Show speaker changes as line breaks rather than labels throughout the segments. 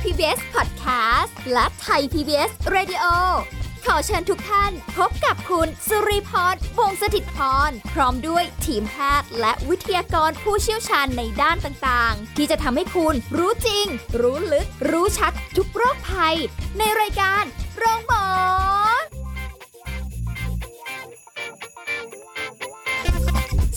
PBS Podcast และไทย PBS Radio ขอเชิญทุกท่านพบกับคุณสุริพรวงศสถิตพร พร้อมด้วยทีมแพทย์และวิทยากรผู้เชี่ยวชาญในด้านต่างๆ ที่จะทำให้คุณรู้จริง รู้ลึก รู้ชัดทุกโรคภัย ในรายการโรงพยาบาล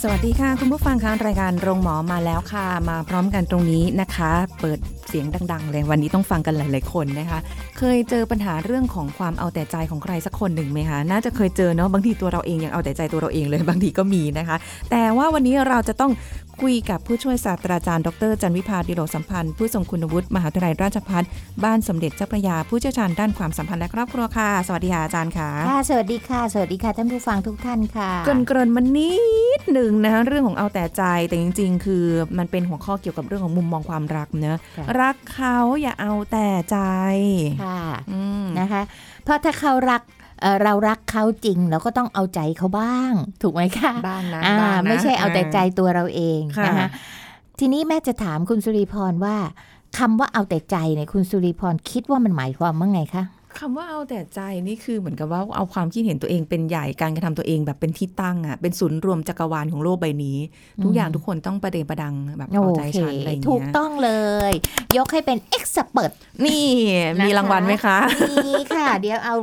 สวัสดีค่ะ คุณผู้ฟังคะรายการโรงหมอมาแล้วค่ะ มาพร้อมกันตรงนี้นะคะ เปิดเสียงดัง ๆ เลยวันนี้ต้องฟังกันหลาย ๆ คนนะคะ เคยเจอปัญหาเรื่องของความเอาแต่ใจของใครสักคนหนึ่งไหมคะน่าจะเคยเจอเนาะบางทีตัวเราเองยังเอาแต่ใจตัวเราเองเลยบางทีก็มีนะคะ แต่ว่าวันนี้เราจะต้องคุยกับผู้ช่วยศาสตราจารย์ดรจันวิพาดิโลสัมพันธ์ผู้ทรงคุณวุฒิมหาวิทยาลัยราชภัฏบ้านสมเด็จเจ้าพระยาผู้เชี่ยวชาญด้านความสัมพันธ์และครอบครัวค่ะสวัสดีค่ะอาจารย์ค่ะ
ค่ะสวัสดีค่ะ สวัสดีค่ะท่านผู้ฟังทุกท่านค่ะ
เกรินเกรินๆมันนิดหนึ่งนะคะเรื่องของเอาแต่ใจแต่จริง ๆ คือมันเป็นหัวข้อเกี่ยวกับเรื่องของมุมมองความรักเนอะ
ค่ะ
รักเขาอย่าเอาแต่ใจ
ค่ะ
อืม
นะคะ เพราะถ้าเขารักเอ่อเรารักเขาจริง เราก็ต้องเอาใจเขาบ้าง ถูกไหมคะ
บ้างนะ
อ่า
บ้งนะ
ไม่ใช่เอาแต่ใจตัวเราเอง
ค่ะ
นะคะทีนี้แม่จะถามคุณสุริพรว่าคำว่าเอาแต่ใจเนี่ยคุณสุริพรคิดว่ามันหมายความว่าไงคะ
คำว่าเอาแต่ใจนี่คือเหมือนกับว่าเอาความคิดเห็นตัวเองเป็นใหญ่การกระทำตัวเองแบบเป็นที่ตั้งอะเป็นศูนย์รวมจักรวาลของโลกใบนี้
อืม
ทุกอย่างทุกคนต้องประเดประดังแบบเอาใจฉันอะไรอย่าง
ถู
เงี้
ก
ย
ต้องเลย ยกให้เป็นเอ็กซ์เปิด
นี่
นะคะ
มีรางวัลไหมคะ
นี่ ค่ะ เดี๋ยวเอา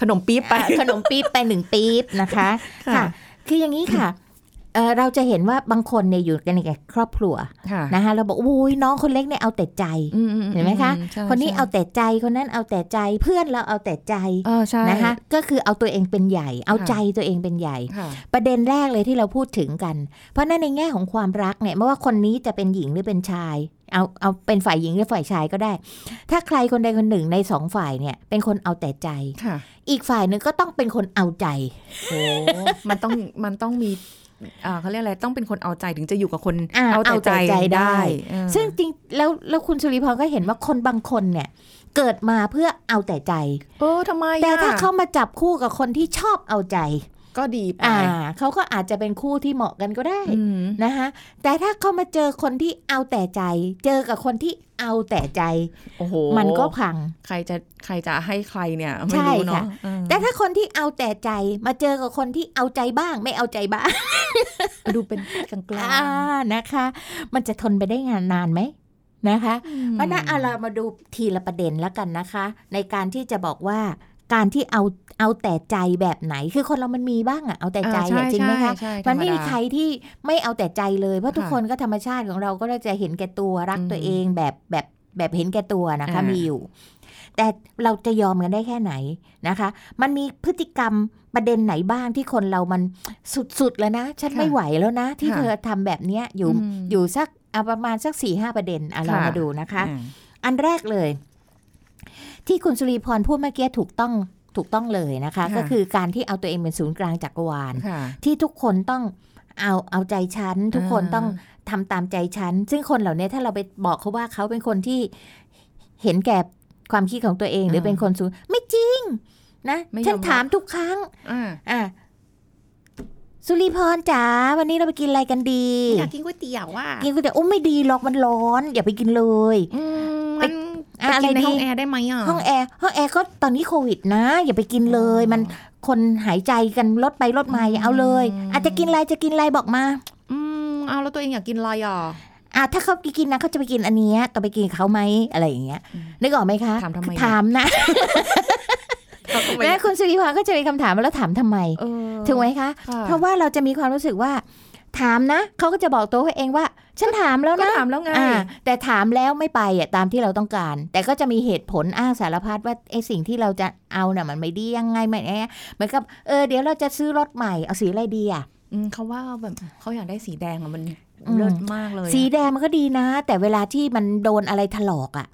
ขนมปี๊บไป
อ่ะข นมปี๊บไปหนึ่งปี๊บนะคะ
ค่ะ
ค่ะ คืออย่างนี้ค่ะ เอ่อเราจะเห็นว่าบางคนเนี่ยอยู่กันในครอบครัว
ค่ะ
นะคะเราบอกอุ้ยน้องคนเล็กเนี่ยเอาแต่ใจ
อืมอื
เห็นไหมคะ
ใช่
คนนี้
ใช่
เอาแต่ใจคนนั้นเอาแต่ใจเพื่อนเราเอาแต่ใจ
เออใช่
นะคะก็คือเอาตัวเองเป็นใหญ่ เอา
ค่ะ
ใจตัวเองเป็นใหญ่
ค่ะ
ประเด็นแรกเลยที่เราพูดถึงกัน เพราะฉะนั้นในแง่ของความรักเนี่ยไม่ว่าคนนี้จะเป็นหญิงหรือเป็นชาย เอาเอาเป็นฝ่ายหญิงหรือฝ่ายชายก็ได้ ถ้าใครคนใดคนหนึ่งในสองฝ่ายเนี่ยเป็นคนเอาแต่ใจ
ค่ะ
อีกฝ่ายหนึ่งก็ต้องเป็นคนเอาใจ
โอ้ มันต้อง มันต้องมีอ่าเขาเรียกอะไร ต้องเป็นคนเอาใจถึงจะอยู่กับคน
อ่า
แต่
เอาแต่ใจได้
เออ
ซึ่งจริงแล้วแล้วคุณสุริพรก็เห็นว่าคนบางคนเนี่ย เกิดมาเพื่อเอาแต่ใจ
เออทำไมอะ
แต่ถ้าเขามาจับคู่กับคนที่ชอบเอาใจ
ก็ดีไป
อ่าเขาก็อาจจะเป็นคู่ที่เหมาะกันก็ได้
อืม
นะคะแต่ถ้าเขามาเจอคนที่เอาแต่ใจ เจอกับคนที่เอาแต่ใจ
โอ้โห
มันก็พัง
ใครจะ ใครจะให้ใครเนี่ย ไม่
ใช่
รู้
ค่ะ
เนาะเออ
แต่ถ้าคนที่เอาแต่ใจ มาเจอกับคนที่เอาใจบ้าง ไม่เอาใจบ้าง
ดูเป็นกลางกลา
อ่างนะคะ มันจะทนไปได้งานนานไหมนะคะ เพราะนั้นเอาเรามาดูทีละประเด็นแล้วกันนะคะ ในการที่จะบอกว่าการที่เอาเอาแต่ใจแบบไหน คือคนเรามันมีบ้างอะเอาแต่ใจอะจริงไหมคะมันไม่มีใครที่ไม่เอาแต่ใจเลยเพราะทุกคนก็ธรรมชาติของเราก็จะเห็นแก่ตัวรักตัวเองแบบแบบแบบเห็นแก่ตัวนะคะมีอยู่ แต่เราจะยอมกันได้แค่ไหนนะคะ มันมีพฤติกรรมประเด็นไหนบ้างที่คนเรามันสุดๆแล้วนะฉันไม่ไหวแล้วนะ ที่เธอทำแบบเนี้ยอยู่อยู่สักเอาประมาณสักสี่ห้าประเด็นอ่ะเรามาดูนะคะ
คะ
อันแรกเลย ที่คุณสุริพรพูดเมื่อกี้ถูกต้องถูกต้องเลยนะคะ ก็คือการที่เอาตัวเองเป็นศูนย์กลางจักรวาล
ค่ะ
ที่ทุกคนต้องเอาเอาใจฉัน ทุกคน
อ่า
ต้องทำตามใจฉัน ซึ่งคนเหล่านี้ถ้าเราไปบอกเขาว่าเขาเป็นคนที่เห็นแก่ความคิดของตัวเอง หรือเป็นคนสูงไม่จริง นะ
ไม่ยอม
ฉันถามทุกครั้ง
อ่า
อ่ะสุริพรจ๋าวันนี้เราไปกินอะไรกันดี
อยากกินก๋วยเตี๋ยวว่า
กินก๋วยเตี๋ยวอุ้มไม่ดีหรอกมันร้อน อย่าไปกินเลย ไป
มัน
อ่ะ
ไป
อะไร
กินใน
ดี
ห้องแอร์ได้ไหมอ่ะ
ห้องแอร์ห้องแอร์ก็ตอนนี้โควิดนะ อย่าไปกินเลย มันคนหายใจกันลดไปลดมาอย่าเอาเลย อาจจะกินอะไรจะกินอะไรบอกมา
อืมเอาแล้วตัวเองอยากกินอะไรอ่ะ
อ่ะถ้าเขากินนะเขาจะไปกินอันเนี้ยต้องไปกินกับเขาไหมอะไรอย่างเงี้ยนึกออกไหมคะ
ถามทำไม
ถามนะ
เขาก็ไม่
แม้คุณสุริพรก็จะมีคำถามว่าแล้วถามทำไม
เออ
ถูกไหมคะ
ค่ะ
เพราะว่าเราจะมีความรู้สึกว่า ถามนะเขาก็จะบอกตัวเขาเองว่า ฉันถามแล้ว
ก็
นะ
ถามแล้วไง
อ่าแต่ถามแล้วไม่ไปอ่ะตามที่เราต้องการ แต่ก็จะมีเหตุผลอ้างสารพัดว่าไอ้สิ่งที่เราจะเอาน่ะมันไม่ดียังไงมันไงเหมือนกับเออเดี๋ยวเราจะซื้อรถใหม่เอาสีอะไรดีอ่ะ
อืมเขาว่าแบบเขาอยากได้สีแดงอะมัน
อืม
เลิศมากเลยอะ
สีแดงมันก็ดีนะ แต่เวลาที่มันโดนอะไรถลอกอ่ะ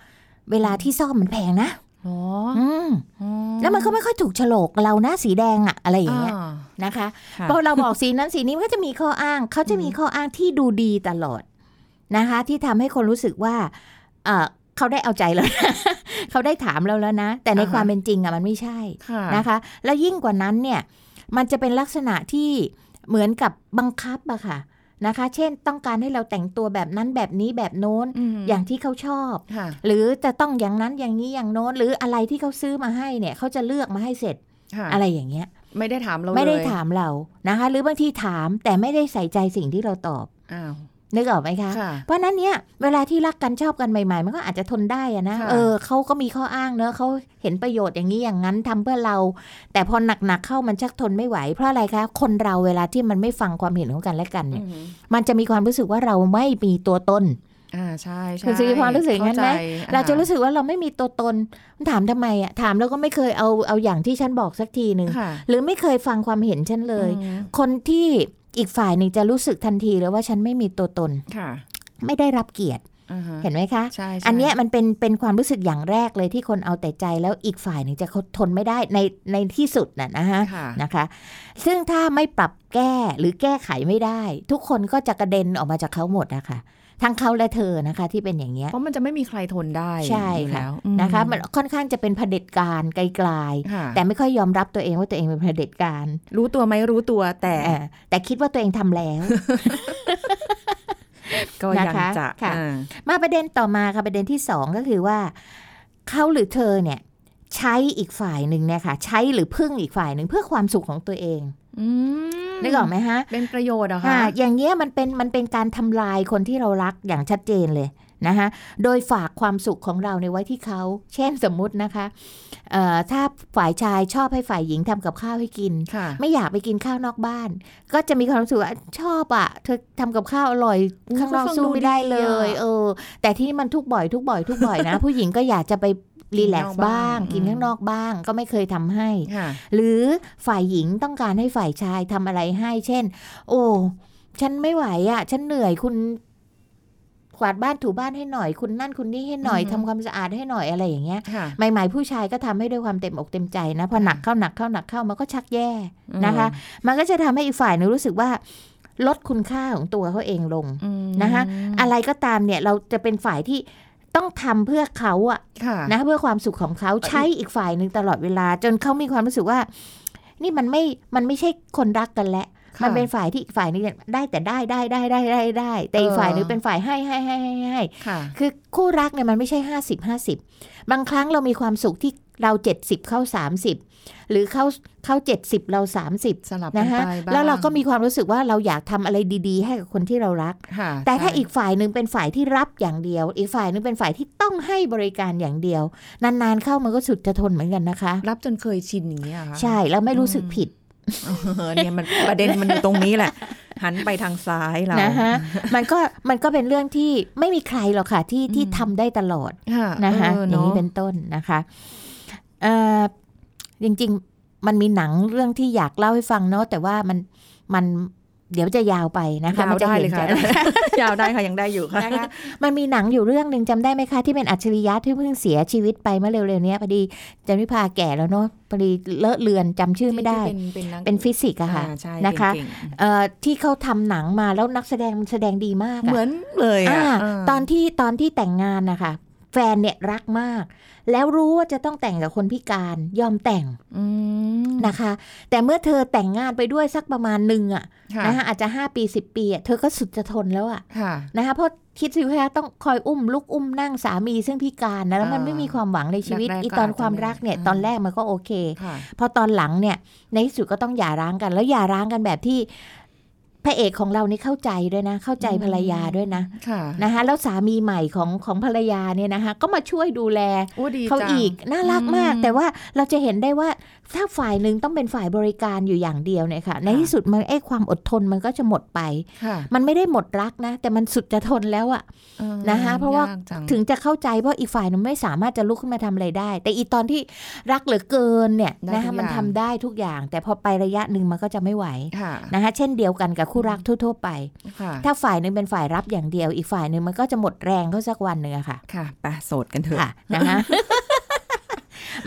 เวลาที่ซ่อมมันแพงนะ
อ๋อ
อืม
อ๋อ
แล้วมันก็ไม่ค่อยถูกโฉลกเรานะสีแดงอ่ะอะไรอย่างเงี้ย
อ่า
นะคะ
ค่ะ
พอเราบอกสีนั้นสีนี้มันก็จะมีข้ออ้าง เขาจะมีข้ออ้างที่ดูดีตลอดนะคะ ที่ทำให้คนรู้สึกว่าเอ่อเขาได้เอาใจแล้วนะ เขาได้ถามเราแล้วนะ แต่ใน
อ่าฮะ
ความเป็นจริงอะมันไม่ใช่
ค่ะ
นะคะ แล้วยิ่งกว่านั้นเนี่ย มันจะเป็นลักษณะที่เหมือนกับบังคับอะค่ะ นะคะ เช่นต้องการให้เราแต่งตัวแบบนั้นแบบนี้แบบโน้น
ม
อย่างที่เขาชอบ
ค่ะ
หรือจะต้องอย่างนั้นอย่างนี้อย่างโน้น หรืออะไรที่เขาซื้อมาให้เนี่ยเขาจะเลือกมาให้เสร็จ
ค่ะ
อะไรอย่างเงี้ย
ไม่ได้ถามเราเลย
ไม่ได้ถามเรานะคะ หรือบางทีถามแต่ไม่ได้ใส่ใจสิ่งที่เราตอบ
อ้าว
นึกออกไหมคะ
ค่ะ
เพราะฉะนั้นเนี่ยเวลาที่รักกันชอบกันใหม่ ๆ มันก็อาจจะทนได้อะนะ
ค่ะ
เออเขาก็มีข้ออ้างเนอะเขาเห็นประโยชน์อย่างนี้อย่างนั้นทำเพื่อเรา แต่พอหนักๆเข้ามันชักทนไม่ไหว เพราะอะไรคะ คนเราเวลาที่มันไม่ฟังความเห็นของกันและกัน
อื
เนี่ย
ม
มันจะมีความรู้สึกว่าเราไม่มีตัวตน
อ่าใช่ใช่
คุณสิริพรรู้สึกอย่างนั้นไหม
เข้ใจอ่
เราจะรู้สึกว่าเราไม่มีตัวตนถามทำไมอะถามแล้วก็ไม่เคยเอาเอาอย่างที่ฉันบอกสักทีหนึ่ง
ค่ะ
หรือไม่เคยฟังความเห็นฉันเลย
อืม
คนที่อีกฝ่ายหนึ่งจะรู้สึกทันทีเลยว่าฉันไม่มีตัวตน
ค่ะ
ไม่ได้รับเกียรติ
อ่าฮะ
เห็นไหมคะ
ใช่ใช่
อันเนี้ยมันเป็นเป็นความรู้สึกอย่างแรกเลยที่คนเอาแต่ใจแล้วอีกฝ่ายหนึ่งจะทนไม่ได้ในในที่สุดน่ะนะฮะ
ค่ะ
นะคะ ซึ่งถ้าไม่ปรับแก้หรือแก้ไขไม่ได้ ทุกคนก็จะกระเด็นออกมาจากเขาหมดนะคะทั้งเขาและเธอนะคะที่เป็นอย่างเงี้ย
เพราะมันจะไม่มีใครทนได้
ใช่
อยู่
ค่ะ
แล้วอืม
นะคะ มันค่อนข้างจะเป็นเผด็จการไกล
ค่ะ
ๆแต่ไม่ค่อยยอมรับตัวเองว่าตัวเองเป็นเผด็จการ
รู้ตัวไหมรู้ตัวแต่
เออแต่คิดว่าตัวเองทำแล้ว
ก็ยัง
นะคะ
จะ
ค่ะ
อ่า
มาประเด็นต่อมาค่ะประเด็นที่สองก็คือว่าเขาหรือเธอเนี่ยใช้อีกฝ่ายหนึ่งเนี่ยค่ะใช้หรือพึ่งอีกฝ่ายหนึ่งเพื่อความสุขของตัวเอง
อืม
นึกออกไหมฮะ
เป็นประโยชน์เหรอ
อ่า
คะ
อย่างเงี้ยมันเป็นมันเป็นการทำลายคนที่เรารักอย่างชัดเจนเลยนะคะโดยฝากความสุขของเราในยไว้ที่เขา เช่นสมมุตินะคะเอ่อถ้าฝ่ายชายชอบให้ฝ่ายหญิงทำกับข้าวให้กิน
ค่ะ
ไม่อยากไปกินข้าวนอกบ้าน ก็จะมีความรู้สึกว่าชอบอะ่ะ เธอทำกับข้าวอร่อย
อุ๊ย
ข้างนอก
ก็ฟัง
สู้
ดู
ไม่ได้เลย
ดีอะ
เออ แต่ที่นี่มันทุกบ่อยทุกบ่อยทุกบ่อยนะ ผู้หญิงก็อยากจะไปรีแลกซ์บ้าง
กิ
กิน
นนอกบ้าน
ข้างนอกบ้างก็ไม่เคยทำให้
ค่ะ
หรือฝ่ายหญิงต้องการให้ฝ่ายชายทำอะไรให้ เช่น โอ้ฉันไม่ไหวอะ่ะ ฉันเหนื่อยคุณกวาดบ้านถูบ้านให้หน่อย คุณนั่นคุณนี่ให้หน่อย
อือฮึ
ทำความสะอาดให้หน่อยอะไรอย่างเงี้ย
ค่ะ
ใหม่ ๆ ผู้ชายก็ทำให้ด้วยความเต็มอกเต็มใจนะพอหนักเข้าหนักเข้าหนักเข้ามันก็ชักแย่ นะคะ มันก็จะทำให้อีกฝ่ายหนึงรู้สึกว่า ลดคุณค่าของตัวเขาเองลง
อืม
นะคะ อะไรก็ตามเนี่ยเราจะเป็นฝ่ายที่ต้องทำเพื่อเขาอะ
ค่ะ
นะเพื่อความสุขของเขาใช้อีกฝ่ายหนึ่งตลอดเวลา จนเขามีความรู้สึกว่า นี่มันไม่มันไม่ใช่คนรักกันแล้ว
ค่ะ
มันเป็นฝ่ายที่อีกฝ่ายหนึงเนี่ยได้แต่ได้ได้ได้ได้ได้ได้ แต่อีก
เออ
ฝ่ายหนึงเป็นฝ่ายให้ให้ให้ให้ให้
ค่ะ
คือคู่รักเนี่ยมันไม่ใช่ 50 50 บางครั้งเรามีความสุขที่เรา 70 เข้า 30 หรือเข้าเข้า 70 เรา 30
สลับกั
นะ
น
ฮะ
ไปบ้าง
แล้วเราก็มีความรู้สึกว่าเราอยากทำอะไรดีๆ ให้กับคนที่เรารัก
ค่ะ
แต่ถ้า
ใช่
อีกฝ่ายหนึ่งเป็นฝ่ายที่รับอย่างเดียว อีกฝ่ายหนึ่งเป็นฝ่ายที่ต้องให้บริการอย่างเดียว นานๆเข้ามันก็สุดจะทนเหมือนกันนะคะ
รับจนเคยชินอย่างนี้ยเหรอค่ะ
ใช่แล้วไม่รู้สึกผิด
เออเนี่ยมันประเด็นมันอยู่ตรงนี้แหละ หันไปทางซ้ายเรา
นะฮะ มันก็มันก็เป็นเรื่องที่ไม่มีใครหรอกค่ะที่ที่
อืม
ทำได้ตลอด
ค่ะ
นะคะ
เออ
อย่าง
เนาะ
นี้เป็นต้นนะคะเอ่อจริงๆมันมีหนังเรื่องที่อยากเล่าให้ฟังเนาะแต่ว่ามันมันเดี๋ยวจะยาวไปนะคะ
ยาวได้เลย
มันจะ
ค่ะ
ห็นจ
ยาวได้ค่ะยังได้อยู่ค่ะ
นะคะมันมีหนังอยู่เรื่องหนึ่งจำได้ไหมคะที่เป็นอัจฉริยะที่เพิ่งเสียชีวิตไปเมื่อเร็วๆเนี้ยพอดีจันวิภาแก่แล้วเนาะพอดีเลอะเลือนจำชื่อไม่ได้
ที่เป็นนัก
เป็นฟิสิกส์อะค่ะ
อ่าใช่
นะคะ
เก่ง
เอ่อที่เขาทำหนังมาแล้วนักแสดงมันแสดงดีมาก
ๆ
อะ
เหมือนเลยอ่ะ
อ่า
เ
ตอนที่ตอนที่แต่งงานนะคะแฟนเนี่ยรักมาก แล้วรู้ว่าจะต้องแต่งกับคนพิการยอมแต่ง
อืม
นะคะ แต่เมื่อเธอแต่งงานไปด้วยสักประมาณหนึ่งอะ
ค่ะ
นะคะอาจจะ 5 ปี 10 ปีอะเธอก็สุดจะทนแล้วอะ
ค่ะ
นะคะเพราะคิดสิว่าต้องคอยอุ้มลูกอุ้มนั่งสามีซึ่งพิการนะแล้วมัน
อ่า
ไม่มีความหวังในชีวิต
แรกๆ
อีตอน
ก็อาจจะ
ความรักเนี่ย
ไม่
ตอน
อ่า
แรกมันก็โอเค
ค่ะ
พอตอนหลังเนี่ยในที่สุดก็ต้องหย่าร้างกัน แล้วหย่าร้างกันแบบที่พระเอกของเรานี่เข้าใจด้วยนะ เข้าใจภรรยาด้วยนะ
ค่ะ
นะคะแล้วสามีใหม่ของของภรรยาเนี่ยนะคะก็มาช่วยดูแล
โอ้ดี
เขา
จัง
อีกน่ารักมาก
อืม
แต่ว่าเราจะเห็นได้ว่าถ้าฝ่ายหนึ่งต้องเป็นฝ่ายบริการอยู่อย่างเดียวเนี่ยค่ะ ใน
ค่ะ
ที่สุดมันไอ้ความอดทนมันก็จะหมดไป
ค่ะ
มันไม่ได้หมดรักนะ แต่มันสุดจะทนแล้วอะ
เออ
นะคะเพราะว่า
ยกจัง
ถึงจะเข้าใจว่าอีกฝ่ายหนึงไม่สามารถจะลุกขึ้นมาทำอะไรได้ แต่อีตอนที่รักเหลือเกินเนี่ยนะคะมันทำได้ทุกอย่าง แต่พอไประยะหนึ่งมันก็จะไม่ไหว
ค่ะ
นะคะเช่นเดียวกันกับคู่รักทั่วๆไป
ค่ะ
ถ้าฝ่ายหนึ่งเป็นฝ่ายรับอย่างเดียว อีกฝ่ายหนึ่งมันก็จะหมดแรงเขาสักวันหนึ่งอะค่ะ
ค่ะไปโสดกันเถอะ
ค่ะนะคะ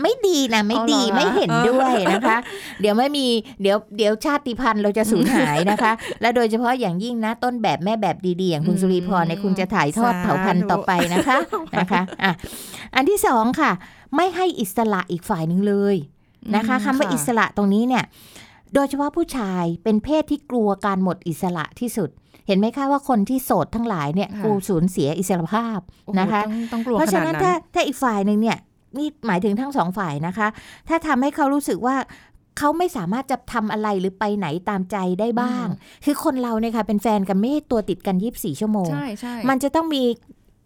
ไม่ดีนะ ไม่ดี
เอาเหรอ
ไม่เห็น
เออ
ด้วยนะคะ เดี๋ยวไม่มีเดี๋ยวเดี๋ยวชาติพันธุ์เราจะสูญหายนะคะ และโดยเฉพาะอย่างยิ่งนะ ต้นแบบแม่แบบดีๆ อย่างคุณสุริพรเนี่ยคุณจะถ่ายทอดเผ่าพันธุ์ต่อไปนะคะนะคะอ่ะอันที่สองค่ะ ไม่ให้อิสระอีกฝ่ายหนึ่งเลยนะคะคำว่าอิสระตรงนี้เนี่ย โดยเฉพาะผู้ชายเป็นเพศที่กลัวการหมดอิสระที่สุด เห็นไหมคะว่าคนที่โสดทั้งหลายเนี่ย
ค่ะ
กลัวสูญเสียอิสรภาพ
โอ้โห
นะคะ
ต้องต้องกลัว
เพราะ
ข
ฉะ
นาด
นั้น
นั้น
ถ้าถ้าอีกฝ่ายหนึ่งเนี่ยนี่หมายถึงทั้งสองฝ่ายนะคะ ถ้าทำให้เขารู้สึกว่าเขาไม่สามารถจะทำอะไรหรือไปไหนตามใจได้บ้าง คือคนเราเนี่ยค่ะเป็นแฟนกันไม่ให้ตัวติดกัน 24 ชั่วโมง
ใช่ใช่
มันจะต้องมี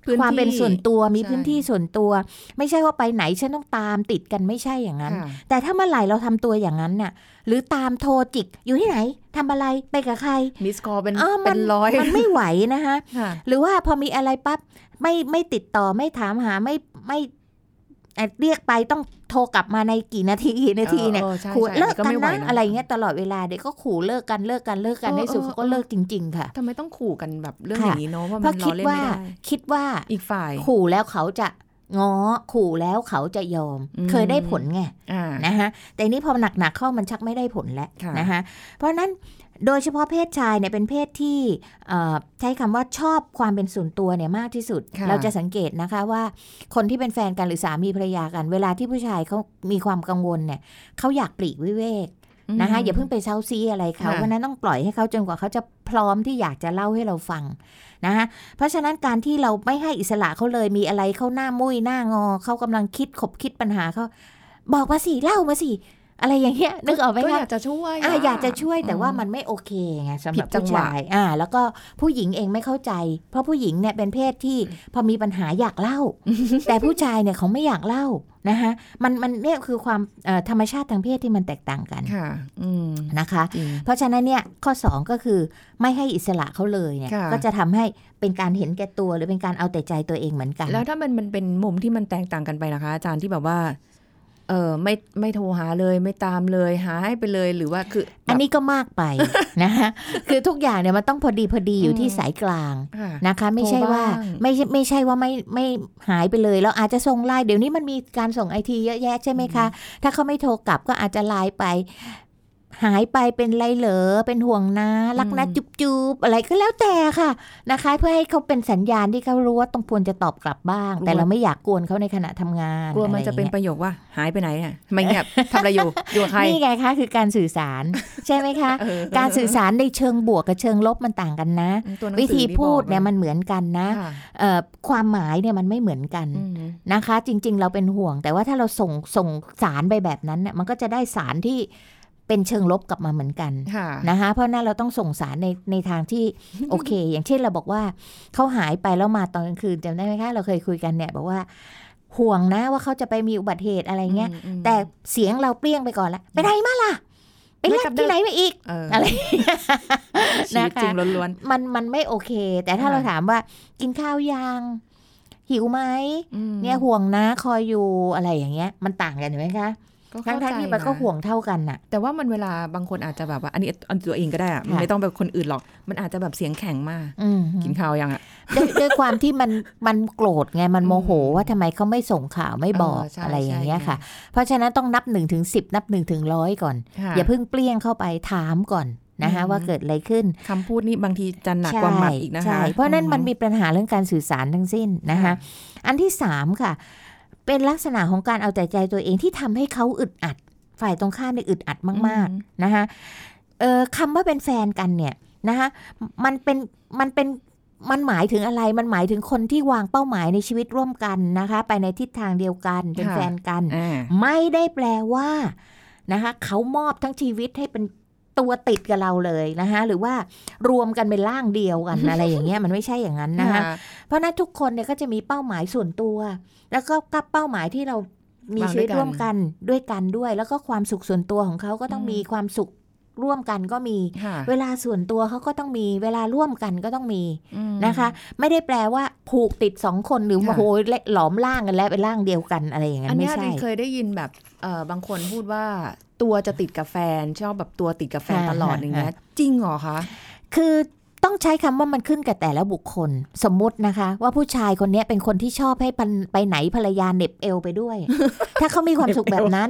พื้
ความเป็น
ที่
ส่วนตัวมี
ใช่
พื้นที่ส่วนตัว ไม่ใช่ว่าไปไหนฉันต้องตามติดกันไม่ใช่อย่างนั้น
ค่ะ
แต่ถ้าเมื่อไหร่เราทำตัวอย่างนั้นน่ะหรือตามโทรจิกอยู่ที่ไหนทำอะไรไปกับใคร
มิสคอเป็น
เออมั
เป็นร้อย
มันไม่ไหวนะคะ
ค่ะ
หรือว่าพอมีอะไรปั๊บไม่ไม่ติดต่อไม่ถามหาไม่ไม่เอ่อเรียกไปต้องโทรกลับมาในกี่นาทีกี่นาทีเนี่ย
ออออใช่
ขู่
ใช่
เลิก
อั
กัน
ไม่ไหว
นะอะไรเงี้ยตลอดเวลาเด็กก็ขู่เลิกกันเลิกกันเลิกกันในสุดเขาก็เลิกจริง ๆ ค่ะ
ทำไมต้องขู่กันแบบเรื่องอ
ค่ะ
ย่างนี้เนาะว่า
เพ
มั
ราะ
นล้
คิ
อ
ด
เล่น
ว่า
ไม่ได้
คิดว่า
อีกฝ่าย
ขู่แล้วเขาจะง้อขู่แล้วเขาจะยอม
อืม
เคยได้ผลไง
อ่า
นะคะแต่นี้พอหนักๆเข้ามันชักไม่ได้ผลแล้ว
ค่ะ
นะคะเพราะฉะนั้นโดยเฉพาะเพศชายเนี่ยเป็นเพศที่เอ่อใช้คำว่าชอบความเป็นส่วนตัวเนี่ยมากที่สุด
ค่ะ
เราจะสังเกตนะคะว่าคนที่เป็นแฟนกันหรือสามีภรรยากัน เวลาที่ผู้ชายเขามีความกังวลเนี่ยเขาอยากปลีกวิเวกนะคะอย่าเพิ่งไปเซาซีอะไรเขา
ค่ะ
เพราะฉะนั้นต้องปล่อยให้เขาจนกว่าเขาจะพร้อมที่อยากจะเล่าให้เราฟังนะคะเพราะฉะนั้นการที่เราไม่ให้อิสระเขาเลยมีอะไรเขาหน้ามุ้ยหน้างอเขากำลังคิดขบคิดปัญหาเขาบอกมาสิเล่ามาสิอะไรอย่างเงี้ยนึกออกไหม
ก็
คะ
อยากจะช่วย
อ่ะอยากจะ
วย
ช่วยแต่ว่า
อืม
มันไม่โอเคไงสำหรับ
ผิดจัง
ผู้
หวะ
ชายอ่า แล้วก็ผู้หญิงเองไม่เข้าใจ เพราะผู้หญิงเนี่ยเป็นเพศที่พอมีปัญหาอยาก เล่า แต่ผู้ชายเนี่ยเขาไม่อยากเล่านะคะมันมันเนี่ยคือความเอ่อธรรมชาติทางเพศที่มันแตกต่างกัน
ค่ะ อืม
นะคะ
จริง
เพราะฉะนั้นเนี่ยข้อ 2 ก็คือไม่ให้อิสระเขาเลยเนี่ย
ค่ะ
ก็จะทำให้เป็นการเห็นแก่ตัวหรือเป็นการเอาแต่ใจตัวเองเหมือนกัน
แล้วถ้ามันมันเป็นมุมที่มันแตกต่างกันไปนะคะ อาจารย์ที่แบบว่า เออไม่ไม่โทรหาเลยไม่ตามเลยหายไปเลยหรือว่าคือแบบ
อันนี้ก็มากไปนะคะ คือทุกอย่างเนี่ยมันต้องพอดีพอดีอยู่ที่
อืม
สายกลาง
ค่ะ
นะคะไม่ใช่ว่า
โทรบ้าง
ไม่ใช่ไม่ใช่ว่าไม่ไม่หายไปเลยแล้วอาจจะส่งไลน์เดี๋ยวนี้มันมีการส่งไอทีเยอะแยะใช่ไหมคะ ถ้าเขาไม่โทรกลับก็อาจจะไลน์ไป หายไปเป็นไรเหรอเป็นห่วงนะ รักนะจุบจุบอะไรก็แล้วแต่ค่ะนะคะ เพื่อให้เขาเป็นสัญญาณที่เขารู้ว่าต้องควรจะตอบกลับบ้าง แต่เราไม่อยากกวนเขาในขณะทำงาน
กลัวมัน
อไร
จะเป็น
อย่างงี้ย
ประโยคว่า หายไปไหนเนี่ยทำไมเงียบทำอะไรอยู่อยู่กับใคร
นี่ไงคะ คือการสื่อสาร ใช่ไหมคะ
เออ
การสื่อสารในเชิงบวกกับเชิงลบมันต่างกันนะ
ตัวหนัง
วิ
สื
ธี
อ
พูดเนี่ย
บอก
มันเหมือนกันนะ
ค่ะ
เอ่อความหมายเนี่ยมันไม่เหมือนกัน
อืม
นะคะ จริง ๆ เราเป็นห่วง แต่ว่าถ้าเราส่งส่งสารไปแบบนั้นเนี่ยมันก็จะได้สารที่เป็นเชิงลบกลับมาเหมือนกัน
ค่ะ
นะคะ เพราะนั้นเราต้องส่งสารในในทาง ที่ โอเค อย่างเช่นเราบอกว่าเขาหายไปแล้วมาตอนกลางคืนจำได้ไหมคะเราเคยคุยกันเนี่ยบอกว่า ห่วงนะว่าเขาจะไปมีอุบัติเหตุอะไรเงี้ยแต่เสียงเราเปรี้ยงไปก่อนละไปไหนมาล่ะไปเล่
ไม่กลั
น
บ
ที่ไหนมาอีก
อะ
อะไร
ไรชีวิตจริงล้วน
มันมันไม่โอเค แต่ถ้า
ค่ะ
เราถามว่ากินข้าวยังหิวไหม
ๆอืม
เนี่ยห่วงนะคอยอยู่อะไรอย่างเงี้ย มันต่างกันเห็นไหมคะ
ก็
ทั้
เข้าง ใจ
ทั้งที่มันก็
ะ
ห่วงเท่ากันน่ะ
แต่ว่ามันเวลาบางคนอาจจะแบบว่า อันนี้อันตัวเองก็ได้อะมัน
ค่ะ
ไม่ต้องแบบคนอื่นหรอก มันอาจจะแบบเสียงแข็งมาก
อืม
กินข้าวยังอ่ะ
ด้วยด้วยความที่มัน มันโกรธไงมันโมโห
อืม
ว่าทำไมเขาไม่ส่งข่าวไม่บอก
เออใช่
อะไรอย่างเงี้ย
ใช่
ค่ะ เพราะฉะนั้นต้องนับ1นถึงสินับ1นถึงร้อยก่อน
ค่ะ
อย่าเพิ่งเปลี่ยงเข้าไปถามก่อนนะคะ
อืม
ว่าเกิดอะไรขึ้น
คำพูดนี่บางทีจะหนักกว่าหมัดอีกนะคะ
ใช่เพราะฉะนั้นมันมีปัญหาเรื่องการสื่อสารทั้งสิ้นนะคะ อันที่สามค่ะ เป็นลักษณะของการเอาแต่ใจตัวเองที่ทำให้เขาอึดอัด ฝ่ายตรงข้ามเนี่ยอึดอัดมาก
อื
นะคะเอ่อคำว่าเป็นแฟนกันเนี่ยนะคะมันเป็นมันเป็นมันหมายถึงอะไรมันหมายถึงคนที่วางเป้าหมายในชีวิตร่วมกันนะคะ ไปในทิศทางเดียวกันเป็นแฟนกัน
อ่า
ไม่ได้แปลว่านะคะเขามอบทั้งชีวิตให้เป็นตัวติดกับเราเลยนะคะหรือว่ารวมกันเป็นร่างเดียวกัน อะไรอย่างเงี้ยมันไม่ใช่อย่างนั้นนะคะ เพราะฉะนั้นทุกคนเนี่ยก็จะมีเป้าหมายส่วนตัว แล้วก็กับเป้าหมายที่เรามีชีวิตร่วมกันด้วยกันด้วย แล้วก็ความสุขส่วนตัวของเขาก็ต้องมีความสุขร่วมกันก็มี
ค่ะ
เวลาส่วนตัวเขาก็ต้องมีเวลาร่วมกันก็ต้องมี
อืม
นะคะ ไม่ได้แปลว่าผูกติดสองคนหรือ
ค่ะ
โอ้โหเละหลอมร่างกันแล้วเป็นร่างเดียวกันอะไรอย่างนั้
อัน
นไม่
เนี้ย
ใช่
เคยได้ยินแบบเอ่อบางคนพูดว่าตัวจะติดกับแฟนชอบแบบตัวติดกับแฟน
อ่า
ตลอดอย่างเงี้ย
อ่
จริงเหรอคะ
คือต้องใช้คำว่ามันขึ้นกับแต่ละบุคคล สมมุตินะคะ ว่าผู้ชายคนเนี้ยเป็นคนที่ชอบให้พันไปไหนภรรยาเหน็บเอวไป ด้วย ถ้าเขามีความสุขแบบนั้น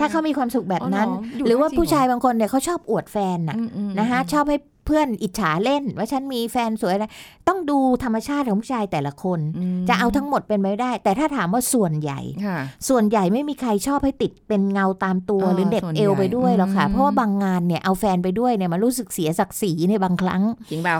ถ้าเขามีความสุขแบบนั้น
อ๋อเหรออยู่
หรือว่า
ได้จริงเหรอ
ผู้ชายบางคนเนี่ยเขาชอบอวดแฟนน่ะ
อืมอืม
นะคะชอบให้ เพื่อนอิจฉาเล่น ว่าฉันมีแฟนสวยอะไรต้องดูธรรมชาติของผู้ชายแต่ละคน
ม
จะเอาทั้งหมดเป็นไปไม่ได้ แต่ถ้าถามว่าส่วนใหญ่
ค่ะ
ส่วนใหญ่ไม่มีใครชอบให้ติดเป็นเงาตามตัว
เออ
หรือเด็บ
ส่วนใหญ่
เอวไปด้วยหรอกค่ะ
อืม
เพราะว่าบางงานเนี่ยเอาแฟนไปด้วยเนี่ยมันรู้สึกเสียศักดิ์ศรีในบางครั้ง
จริงเปล่า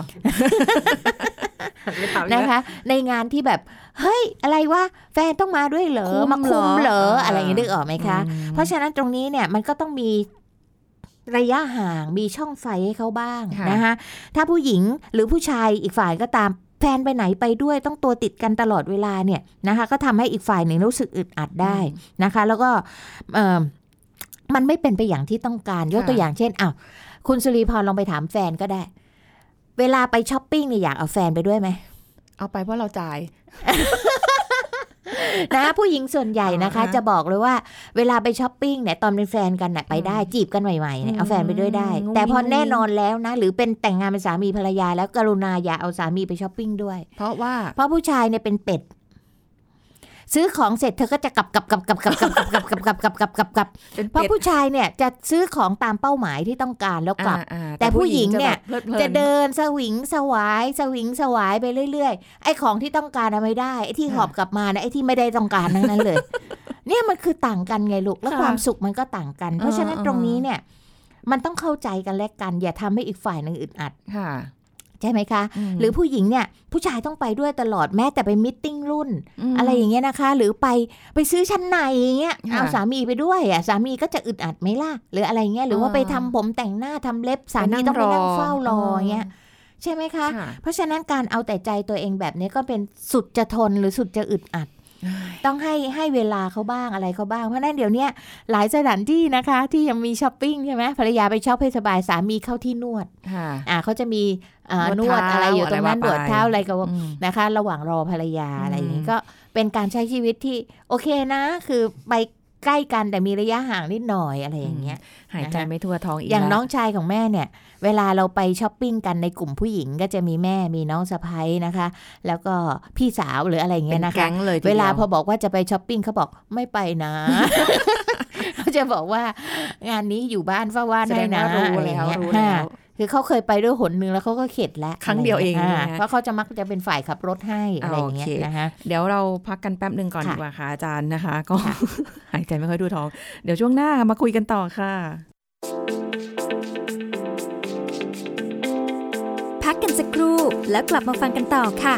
ไม่ถามเยอ
นะคะ ในงานที่แบบเฮ้ยอะไรวะแฟนต้องมาด้วยเหรอ
คุ้ม
มาคุ้มเหรอ
เหรออ่า
อะไรอย่างนี้นึกออกไหมคะ
อืม
เพราะฉะนั้นตรงนี้เนี่ยมันก็ต้องมีระยะห่างมีช่องไฟให้เขาบ้าง
ค่ะ
นะคะถ้าผู้หญิงหรือผู้ชายอีกฝ่ายก็ตามแฟนไปไหนไปด้วยต้องตัวติดกันตลอดเวลาเนี่ยนะคะก็ทำให้อีกฝ่ายหนึ่งรู้สึกอึดอัดได้นะคะ แล้วก็เอ่อมันไม่เป็นไปอย่างที่ต้องการยกตัวอย่างเช่นอ้าวคุณสุรีพรลองไปถามแฟนก็ได้ เวลาไปช้อปปิ้งเนี่ยอยากเอาแฟนไปด้วยไหม
เอาไปเพราะเราจ่าย
นะผู้หญิงส่วนใหญ่นะคะ
อ่าฮะ
จะบอกเลยว่าเวลาไปช้อปปิ้งเนี่ยตอนเป็นแฟนกันน่ะไปได้จีบกันใหม่ๆเนี่ยเอาแฟนไปด้วยได้
งุ้ง
แต่พอ
งิ้ง
แน่นอนแล้วนะ หรือเป็นแต่งงานเป็นสามีภรรยาแล้วกรุณาอย่าเอาสามีไปช้อปปิ้งด้วย
เพราะว่า
เพราะผู้ชายเนี่ยเป็นเป็ด ซื้อของเสร็จเธอก็จะกลับกลับกลับกลับกลับกลับกลับกลับกลับกลับกลับกลับกลับ
เป็น
เพราะผู้ชายเนี่ยจะซื้อของตามเป้าหมายที่ต้องการแล้วกลับ แต่ผู้หญิงเนี่ย จะเดินสวิงสวายสวิงสวายไปเรื่อยๆ ไอ้ของที่ต้องการอะไม่ได้ ไอ้ที่หอบกลับมานะไอ้ที่ไม่ได้ต้องการทั้งนั้น เลย เนี่ยมันคือต่างกันไงลูก แล้ว
ค่ะ
ความสุขมันก็ต่างกัน เพราะฉะนั้น
เออ
ตรงนี้เนี่ย มันต้องเข้าใจกันและกัน อย่าทำให้อีกฝ่ายหนึ่งอึดอัด
ค่ะ
ใช่ไหมคะ
ม
หรือผู้หญิงเนี่ย ผู้ชายต้องไปด้วยตลอดแม้แต่ไปมิทติ้งรุ่น
ม
อะไรอย่างเงี้ยนะคะ หรือไปไปซื้อชั้นในอย่างเงี้ย
ค่ะ
เอาสามีไปด้วยอ่ะสามีก็จะอึดอัดไหมล่ะหรืออะไรเงี้ยหรือว่า
อ่า
ไปทำผมแต่งหน้าทำเล็บสามี
ไปนั่ง
ต้องไปนั่
ร
ง
อ
เฝ้ารอ
เออ
เงี้ยใช่ไหมคะ
ค่ะ
เพราะฉะนั้นการเอาแต่ใจตัวเองแบบนี้ก็เป็นสุดจะทนหรือสุดจะอึดอัด ต้องให้ให้เวลาเขาบ้างอะไรเขาบ้างเพราะฉะนั้นเดี๋ยวเนี้ยหลายสถานที่นะคะ ที่ยังมีช้อปปิ้งใช่ไหมภรรยาไปช้อปให้สบายสามีเข้าที่นวด
ค่ะ
อ่าเขาจะมีเอ่อน น
ว
ว
ด
ด
เท้า
อะไรอยู่ตรงนั้น
อะไรว่าไป
นวดเท้าอะไรก็ว่า
อืม
นะคะระหว่างรอภรรยา
อืม
อะไรอย่างนี้ก็เป็นการใช้ชีวิตที่โอเคนะ คือไปใกล้กันแต่มีระยะห่างนิดหน่อยอะไรอย่างเงี้ย
หายใจ
นะคะ
ไม่ทั่วท้องอีก
อย่าง
แล้ว
น้องชายของแม่เนี่ย เวลาเราไปช้อปปิ้งกันในกลุ่มผู้หญิงก็จะมีแม่มีน้องสะพ้ยนะคะ แล้วก็พี่สาวหรืออะไรอย่าง
เป็
เงี้
น
ยนะคะ
แก๊งเลยที
เว
ดีย
ลาพอบอกว่าจะไปช้อปปิ้งเขาบอกไม่ไปนะ เขาจะบอกว่างานนี้อยู่บ้านเฝ้าว่าน
แสด
ให้
ง
นะ
ว่ารู้
อะไรอ
แล้
ย่าง
ว
เงี้ย
รู้แล้ว
อ่าคือเขาเคยไปด้วยหนนึงแล้วเขาก็เข็ดแล้ว
ครั้งเดียวเอง
ะไร
ใช่
ย่า
ไหม
ยเพราะเขาจะมักจะเป็นฝ่ายขับรถให้อะไรอย่างเงี้ย
อ่าโอเค
นะคะ
เดี๋ยวเราพักกันแป๊บหนึ่งก่อน
ค่ะ
ดีกว่าค่ะอาจารย์นะคะ ก็ หายใจไม่ค่อยทั่วท้อง เดี๋ยวช่วงหน้ามาคุยกันต่อค่ะ
พักกันสักครู่แล้วกลับมาฟังกันต่อค่ะ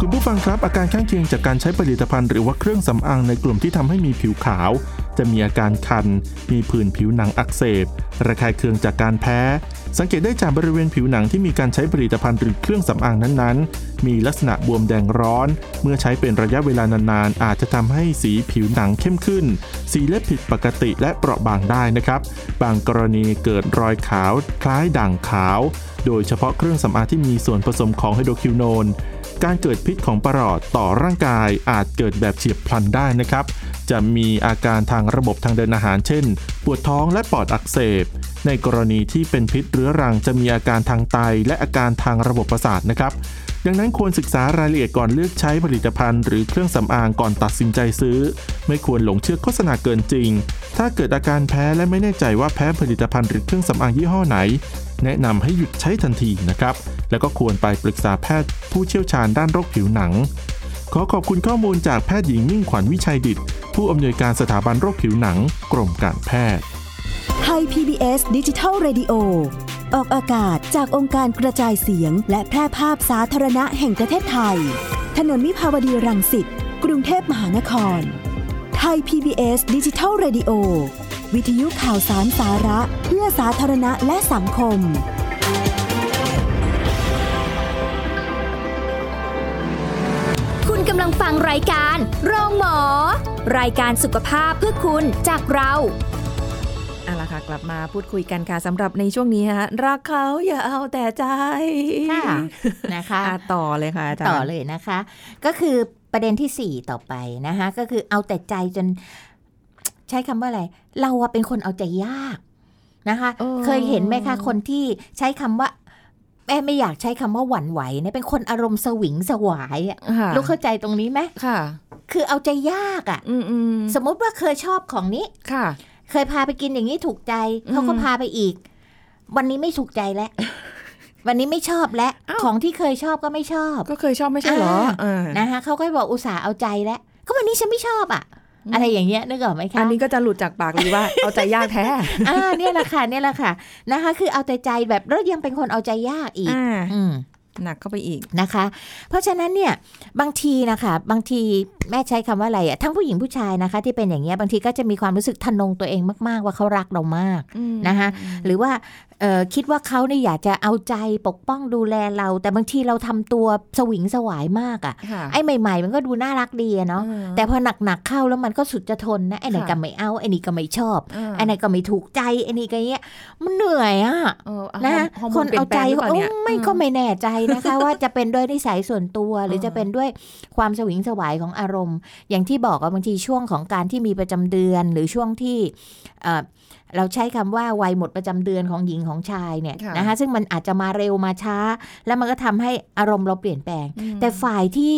คุณผู้ฟังครับ อาการข้างเคียงจากการใช้ผลิตภัณฑ์หรือว่าเครื่องสำอางในกลุ่มที่ทำให้มีผิวขาว จะมีอาการคัน มีผื่นผิวหนังอักเสบ ระคายเคืองจากการแพ้ สังเกตได้จากบริเวณผิวหนังที่มีการใช้ผลิตภัณฑ์หรือเครื่องสำอางนั้นๆ มีลักษณะบวมแดงร้อน เมื่อใช้เป็นระยะเวลานานๆ อาจจะทำให้สีผิวหนังเข้มขึ้น สีเล็บผิดปกติและเปราะบางได้นะครับ บางกรณีเกิดรอยขาวคล้ายด่างขาว โดยเฉพาะเครื่องสำอางที่มีส่วนผสมของไฮโดรคิวโนน การเกิดพิษของประหลอดต่อร่างกายอาจเกิดแบบเฉียบพลันได้นะครับ จะมีอาการทางระบบทางเดินอาหารเช่น ปวดท้องและปอดอักเสบ ในกรณีที่เป็นพิษเรื้อรังจะมีอาการทางไตและอาการทางระบบประสาทนะครับ ดังนั้นควรศึกษารายละเอียดก่อนเลือกใช้ผลิตภัณฑ์ หรือเครื่องสำอางก่อนตัดสินใจซื้อ ไม่ควรหลงเชื่อโฆษณาเกินจริง ถ้าเกิดอาการแพ้และไม่แน่ใจว่าแพ้ผลิตภัณฑ์หรือเครื่องสำอางยี่ห้อไหน แนะนำให้หยุดใช้ทันทีนะครับ แล้วก็ควรไปปรึกษาแพทย์ผู้เชี่ยวชาญด้านโรคผิวหนัง ขอขอบคุณข้อมูลจากแพทย์หญิงมิ่งขวัญวิชัยดิต ผู้อำนวยการสถาบันโรคผิวหนัง กรมการแพทย์
ไทย PBS ดิจิทัล Radio ออกอากาศจากองค์การกระจายเสียง และแพร่ภาพสาธารณะแห่งประเทศไทย ถนนมิภาวดีรังสิต กรุงเทพมหานคร ไทย PBS ดิจิทัล Radio วิทยุข่าวสารสาระเพื่อสาธารณะและสังคม
คุณกำลังฟังรายการโรงหมอ รายการสุขภาพเพื่อคุณจากเรา
เอาละค่ะ กลับมาพูดคุยกันค่ะสำหรับในช่วงนี้นะคะรักเขาอย่าเอาแต่ใจ
ค่ะ นะคะ
อ่ะต่อเลยค่ะอาจารย์
ต่อเลยนะคะ ก็คือประเด็นที่ 4 ต่อไปนะคะ ก็คือเอาแต่ใจจน ใช้คำว่าอะไร เราอะเป็นคนเอาใจยากนะคะ
เออ
เคยเห็นไหมคะ คนที่ใช้คำว่า แม่ไม่อยากใช้คำว่าหวั่นไหวนะเป็นคนอารมณ์สวิงสวายอะ
ค่ะ
ลูกเข้าใจตรงนี้ไหม
ค่ะ
คือเอาใจยากอะ
อืมอืม
สมมติว่าเคยชอบของนี้
ค่ะ
เคยพาไปกินอย่างนี้ถูกใจเขาก็
อืม
พาไปอีก วันนี้ไม่ถูกใจแล้ว วันนี้ไม่ชอบแล้ว
อ้าว
ของที่เคยชอบก็ไม่ชอบ
ก็เคยชอบไม่ใช่เหรอเออ
นะคะเขาก็บอกอุตส่าห์เอาใจแล้ว ก็วันนี้ฉันไม่ชอบอ่ะ อะไรอย่างเงี้ยนึกออกไหมคะ
อันนี้ก็จะหลุดจากปากเลยว่า เอาใจยากแท้
อ่าเนี่ยแหละค่ะเนี่ยแหละค่ะนะคะ คือเอาแต่ใจแบบแล้วยังเป็นคนเอาใจยากอีก
อ่า
อืม
หนักเข้าไปอีก
นะคะ เพราะฉะนั้นเนี่ยบางทีนะคะบางทีแม่ใช้คำว่าอะไรอ่ะทั้งผู้หญิงผู้ชายนะคะ ที่เป็นอย่างเงี้ยบางทีก็จะมีความรู้สึกทะนงตัวเองมากๆ ว่าเขารักเรามาก นะคะหรือว่าเอ่อคิดว่าเขาเนี่ยอยากจะเอาใจปกป้องดูแลเรา แต่บางทีเราทำตัวสวิงสวายมากอะ
ค่ะ
ไอ้ใหม่ ๆ มันก็ดูน่ารักดีอะเนาะ
อืม
แต่พอหนักๆเข้าแล้วมันก็สุดจะทนนะไอ้ไหน
ค่ะ
ก็ไม่เอาไอ้นี่ก็ไม่ชอบ
อ่า
ไอ้ไหนก็ไม่ถูกใจไอ้นี่ก็เงี้ยมันเหนื่อยอะ
เอออ่
นะ
ฮอร์โม
คน
ปลี่
เอา
ยแป
ใจ
ลงหรืปล่
โอ้
เนี่ย
ไม่ก็ไม่แน่ใจนะคะ ว่าจะเป็นด้วยนิสัยส่วนตัวหรือ
เออ
จะเป็นด้วยความสวิงสวายของอารมณ์ อย่างที่บอกว่าบางทีช่วงของการที่มีประจำเดือนหรือช่วงที่เอ่อเราใช้คำว่าวัยหมดประจำเดือนของหญิงของชายเนี่ย
ค่ะ
นะคะซึ่งมันอาจจะมาเร็วมาช้า แล้วมันก็ทำให้อารมณ์เราเปลี่ยนแปลง
อืม
แต่ฝ่ายที่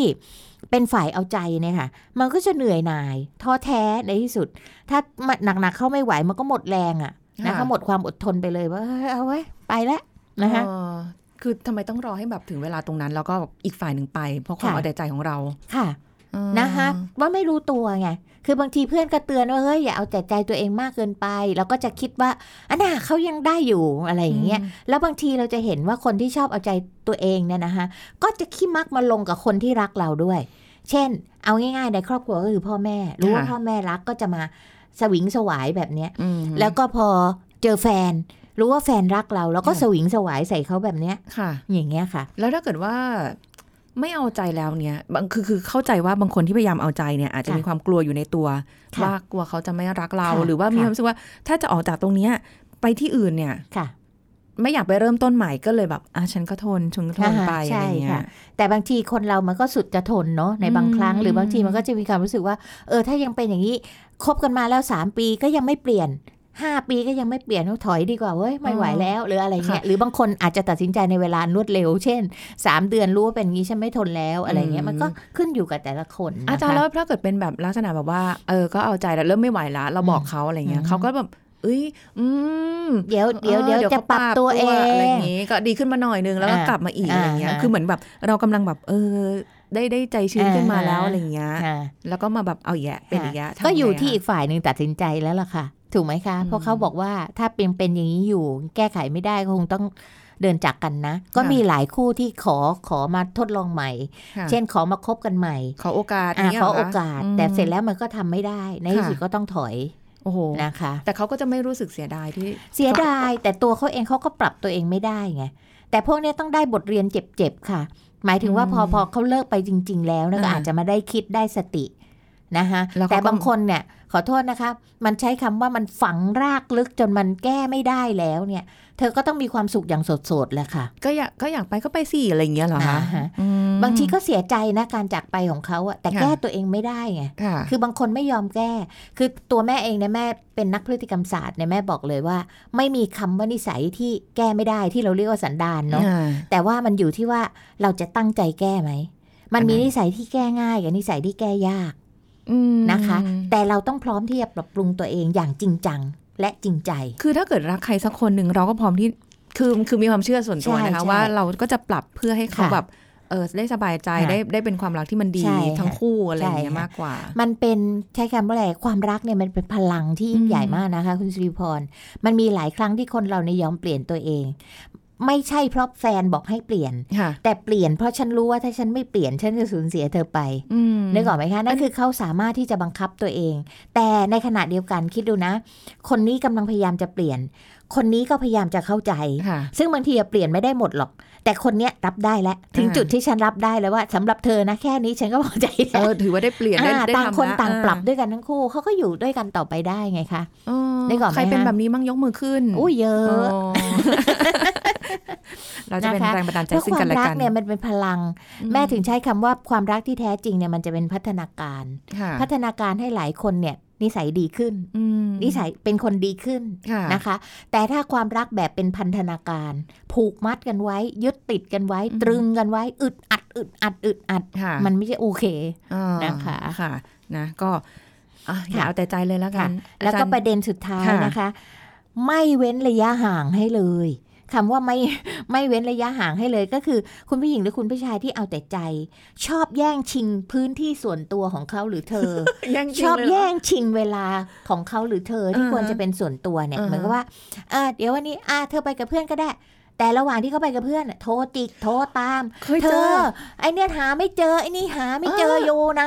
เป็นฝ่ายเอาใจเนี่ยค่ะ มันก็จะเหนื่อยหน่ายท้อแท้ในที่สุด ถ้ามันหนักๆเข้าไม่ไหวมันก็หมดแรงอะ่ะนะคะหมดความอดทนไปเลยว่าเอ้ยเอาไว้ยไปแล้วนะคะ
เออคือทำไมต้องรอให้แบบถึงเวลาตรงนั้น แล้วก็อีกฝ่ายหนึ่งไป เพราะความ
ค่ะ
เอาแต่ใจของเรา
ค่ะ
อืม
นะคะว่าไม่รู้ตัวไง คือบางทีเพื่อนก็เตือนว่าเฮ้ยอย่าเอาแต่ใจตัวเองมากเกินไป เราก็จะคิดว่าอันน่ะเขายังได้อยู่อะไรอย่างเงี้ย แล้วบางทีเราจะเห็นว่าคนที่ชอบเอาใจตัวเองเนี่ยนะคะก็จะขี้มักมาลงกับคนที่รักเราด้วย เช่น เอาง่ายๆในครอบครัวก็คือพ่อแม่ รู้ว่า
ค่ะ
พ่อแม่รักก็จะมาสวิงสวายแบบเนี้ย
อืม
แล้วก็พอเจอแฟน รู้ว่าแฟนรักเรา แล้วก็สวิงสวายใส่เขาแบบเนี้ย
ค่ะ
อย่างเงี้ยค่ะ
แล้วถ้าเกิดว่าไม่เอาใจแล้วเนี่ยบางคือคือเข้าใจว่าบางคนที่พยายามเอาใจเนี่ยอาจจะ
ค่ะ
มีความกลัวอยู่ในตัว
ค่ะ
ว่ากลัวเขาจะไม่รักเรา
ค่ะ
หรือว่ามี
ค่ะ
ความรู้สึกว่าถ้าจะออกจากตรงเนี้ยไปที่อื่นเนี่ย
ค่ะ
ไม่อยากไปเริ่มต้นใหม่ก็เลยแบบอ่ะฉันก็ทนฉันก็ทน
อ่า
ไป
ใช่
อะไรเงี้
ค่ะ
ย
แต่บางทีคนเรามันก็สุดจะทนเนาะในบางครั้ง
อืม
หรือบางทีมันก็จะมีความรู้สึกว่า เออถ้ายังเป็นอย่างนี้คบกันมาแล้ว 3 ปีก็ยังไม่เปลี่ยน 5 ปีก็ยังไม่เปลี่ยนถอยดีกว่าเว้ยไม่ไหวแล้วหรืออะไรเงี้ยหรือบางคนอาจจะตัดสินใจในเวลารวดเร็ว เช่น 3 เดือนรู้ว่าเป็นอย่างนี้ฉันไม่ทนแล้วอะไรเงี้ย
อืม
มันก็ขึ้นอยู่กับแต่ละคนนะคะ
อาจารย์แล้วถ้าเกิดเป็นแบบลักษณะแบบว่า เออก็เอาใจแล้วเริ่มไม่ไหวละเราบอกเขาอะไรเงี้ย
อืม
เขาก็แบบเอ้ย อืม
เดี๋ยวเดี๋ยว
ออ
เดี๋ยวจะ
ขา
ปรับตัวเอง
อะไรอย่างงี้ก็ดีขึ้นมาหน่อยนึงแล้วก็
อ่าก
ลับมาอีก
อ่า
อะไรเงี้ย
ฮะ
คือเหมือนแบบเรากำลังแบบ เออ ได้ได้ใจชื้นขึ้นมา
อ่าฮะ
แล้วอะไรเงี้ย
ค่ะ
แล้วก็มาแบบเอาอีกแยะเป็นอีกแยะทำ
ก็อยู่
ไงะ
ที่อีกฝ่ายหนึ่งตัดสินใจแล้วล่ะค่ะ ถูกไหมคะ
อืม
เพราะเขาบอกว่าถ้าเป็นเป็นอย่างนี้อยู่ แก้ไขไม่ได้ก็คงต้องเดินจากกันนะ ก็
ค่ะ
มีหลายคู่ที่ขอขอมาทดลองใหม่
ค่ะ
เช่นขอมาคบกันใหม่
ขอโอกาส
อ่ะ
ย่งเงี้ย
ข
ห
อ
ร
โอ
คะ
กาส
อืม
แต่เสร็จแล้วมันก็ทำไม่ได้ ในที่
ค่ะ
สุดก็ต้องถอย
โอ้โห
นะคะ
แต่เขาก็จะไม่รู้สึกเสียดายที่
เสียดายแต่ตัวเขาเองเขาก็ปรับตัวเองไม่ได้ไงแต่พวกเนี้ยต้องได้บทเรียนเจ็บๆค่ะ หมายถึงว่าพอ
อืม
พอเขาเลิกไปจริง ๆ แล้วนะก็
อ่า
อาจจะมาได้คิดได้สตินะคะ
แล้วเขาก็
แต่บางคนเนี่ยขอโทษนะคะ มันใช้คำว่ามันฝังรากลึกจนมันแก้ไม่ได้แล้วเนี่ย เธอก็ต้องมีความสุขอย่างสดๆแหละค่ะ
ก็อยากก็อยากไปก็ไปสิอะไรอย่างเงี้ยเหรอคะ
อ่าฮะ
อืม
บางทีก็เสียใจนะการจากไปของเขาอะแต่
ค่ะ
แก้ตัวเองไม่ได้ไง
ค่ะ
คือบางคนไม่ยอมแก้ คือตัวแม่เองเนี่ยแม่เป็นนักพฤติกรรมศาสตร์เนี่ยแม่บอกเลยว่า ไม่มีคำว่านิสัยที่แก้ไม่ได้ที่เราเรียกว่าสันดานเนาะ
อ่า
แต่ว่ามันอยู่ที่ว่าเราจะตั้งใจแก้ไหม มันมี
อันนั้น
นิสัยที่แก้ง่ายกับนิสัยที่แก้ยาก
อืม
นะคะ แต่เราต้องพร้อมที่จะปรับปรุงตัวเองอย่างจริงจังและจริงใจ
คือถ้าเกิดรักใครสักคนหนึ่งเราก็พร้อมที่คือคือมีความเชื่อส่วนตัวนะ
ใช่
คะ
ใช่
ว่าเราก็จะปรับเพื่อให้เขา
ค่ะ
แบบเออได้สบายใจ
ค่ะ
ได้ได้เป็นความรักที่มันดี
ใช่ค่ะ
ทั้งคู่อะไรอย่างเงี้ย
ใช่ค่ะ
มากกว่า
มันเป็นใช้คำว่าอะไรความรักเนี่ยมันเป็นพลังที่ยิ่งใหญ่
อืม
มากนะคะ คุณสุริพร มันมีหลายครั้งที่คนเราเนี่ยยอมเปลี่ยนตัวเอง ไม่ใช่เพราะแฟนบอกให้เปลี่ยน
ค่ะ
แต่เปลี่ยนเพราะฉันรู้ว่าถ้าฉันไม่เปลี่ยนฉันจะสูญเสียเธอไป
อืม
นึกออกไหมคะนั่นคือเขาสามารถที่จะบังคับตัวเอง แต่ในขณะเดียวกันคิดดูนะ คนนี้กำลังพยายามจะเปลี่ยน คนนี้ก็พยายามจะเข้าใจ
ค่ะ
ซึ่งบางทีอะเปลี่ยนไม่ได้หมดหรอก แต่คนเนี้ยรับได้แล้ว ถึง
อ่า
จุดที่ฉันรับได้แล้วว่าสำหรับเธอนะแค่นี้ฉันก็พอใจ
เอ
แล้ว
อถือว่าได้เปลี่ยนได้
อ่า
ได้
ต่าง
ทำ
คน
ละ
ต่าง
อ่
ปรับด้วยกันทั้งคู่เขาก็อยู่ด้วยกันต่อไปได้ไงคะ
เออ
นึกออกไหม
ใครเป็น
คะ
แบบนี้มั่งยกมือขึ้น
อุ้ยเยอ
เออะ เราจะเป็น
นะคะ
แรงบันดาลใจ
เพราะ
ซึ่ง
ควา
กัน
ม
และ
รัก
กัน
เนี่ยมันเป็นพลัง แม่ถึงใช้คำว่าความรักที่แท้จริงเนี่ยมันจะเป็นพัฒนาการ
ค่ะ
พัฒนาการให้หลายคนเนี่ย นิสัยดีขึ้น
อืม
นิสัยเป็นคนดีขึ้น
ค่ะ
นะคะ แต่ถ้าความรักแบบเป็นพันธนาการ ผูกมัดกันไว้ ยึดติดกันไว้ ตรึงกันไว้ อึดอัด อึดอัด อึดอัด
ค่ะ
มันไม่ใช่โอเค
อ่า
นะคะ
ค่ะ นะ ก็อ่ะอย่า
ค่ะ
เอาแต่ใจเลยแล้วกั
ค่ะ
น
แล้ว
อา
ก็
จารย์
ประเด็นสุดท้าย
ค่ะ
นะคะ ไม่เว้นระยะห่างให้เลยคำว่าไม่ ไม่เว้นระยะห่างให้เลยก็คือ คุณผู้หญิงหรือคุณผู้ชายที่เอาแต่ใจ ชอบแย่งชิงพื้นที่ส่วนตัวของเขาหรือเธอ
แย่ง
ชอบ
แย่
แย่งชิงเวลาของเขาหรือเธอที่
อ่าฮะ
ควรจะเป็นส่วนตัวเนี่ย
อ่าฮะ
เหมือนกับว่าเอ่อเดี๋ยววันนี้อ่าเธอไปกับเพื่อนก็ได้ แต่ระหว่างที่เขาไปกับเพื่อนน่ะโทรจิกโทรตาม
เคย
เธ
เจอ
อ ไอเนี่ยหาไม่เจอไอนี่หาไม่เจอ
เออ
โย
อ
ไหน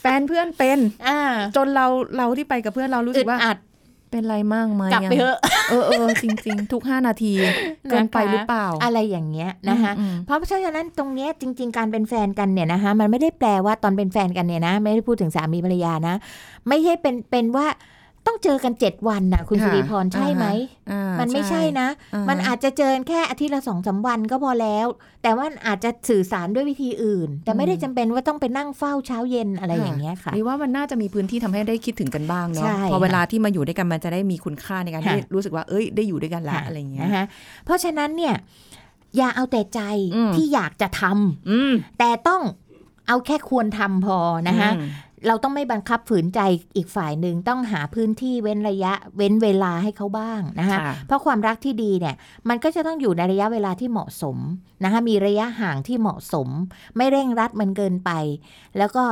แฟนเพื่อนเป็น
อ่า
จนเราเราที่ไปกับเพื่อนเรารู้
อึ
สึก
ด
ว่า
อัด
เป็นไรมากไหม
กลับไปเถอะ
เออเออจริง ๆ ทุก 5 นาที เกินไป
นะคะ
หรือเปล่า
อะไรอย่างเงี้ยนะคะ
อืม
เพราะฉะนั้นตรงเนี้ยจริง ๆ การเป็นแฟนกันเนี่ยนะคะมันไม่ได้แปลว่าตอนเป็นแฟนกันเนี่ยนะ ไม่ได้พูดถึงสามีภรรยานะ ไม่ใช่เป็นเป็นว่าต้องเจอกันเจ็ดวันนะคุณ
ค่ะ
สุริพรใช่ไหม
อ่าฮะ อ่า
มันไม่ใช่นะ
อ่
มันอาจจะเจอแค่อาทิตย์ละสองสามวันก็พอแล้ว แต่ว่าอาจจะสื่อสารด้วยวิธีอื่น แต่ไม่ได้จำเป็นว่าต้องไปนั่งเฝ้าเช้าเย็นอะไรอย่างเงี้ยค่ะ
หรือว่ามันน่าจะมีพื้นที่ทำให้ได้คิดถึงกันบ้างเนาะ
ใช่
พอเวลาที่มาอยู่ด้วยกันมันจะได้มีคุณค่าในการ
ค่ะ
ที่รู้สึกว่าเอ้ยได้อยู่ด้วยกันละ
ค่
อะไรอย่างเงี้ย
นะคะเพราะฉะนั้นเนี่ยอย่าเอาแต่ใจ
อืม
ที่อยากจะทำ
อืม
แต่ต้องเอาแค่ควรทำพอนะคะ
อืม
เราต้องไม่บังคับฝืนใจอีกฝ่ายหนึ่งต้องหาพื้นที่เว้นระยะเว้นเวลาให้เขาบ้างนะคะ
ค่ะ
เพราะความรักที่ดีเนี่ยมันก็จะต้องอยู่ในระยะเวลาที่เหมาะสมนะคะมีระยะห่างที่เหมาะสม ไม่เร่งรัดมันเกินไป แล้วก็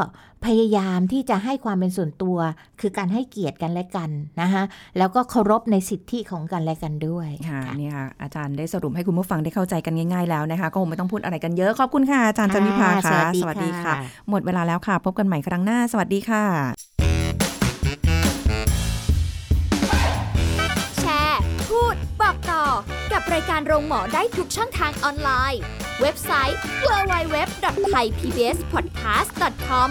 พยายามที่จะให้ความเป็นส่วนตัว คือการให้เกียรติกันและกันนะคะแล้วก็เคารพในสิทธิของกันและกันด้วย
ค่ะเนี่ยค่ะอาจารย์ได้สรุปให้คุณผู้ฟังได้เข้าใจกันง่ายๆแล้วนะคะ ก็คงไม่ต้องพูดอะไรกันเยอะ ขอบคุณค่ะอาจารย์จันวิภาค่ะ
อ่าสวัสดีค่ะ
หมดเวลาแล้วค่ะ พบกันใหม่ครั้งหน้า สวัสดีค่ะ
แชร์ พูด บอกต่อ กับรายการโรงหมอได้ทุกช่องทางออนไลน์ เว็บไซต์ www.thaipbspodcast.com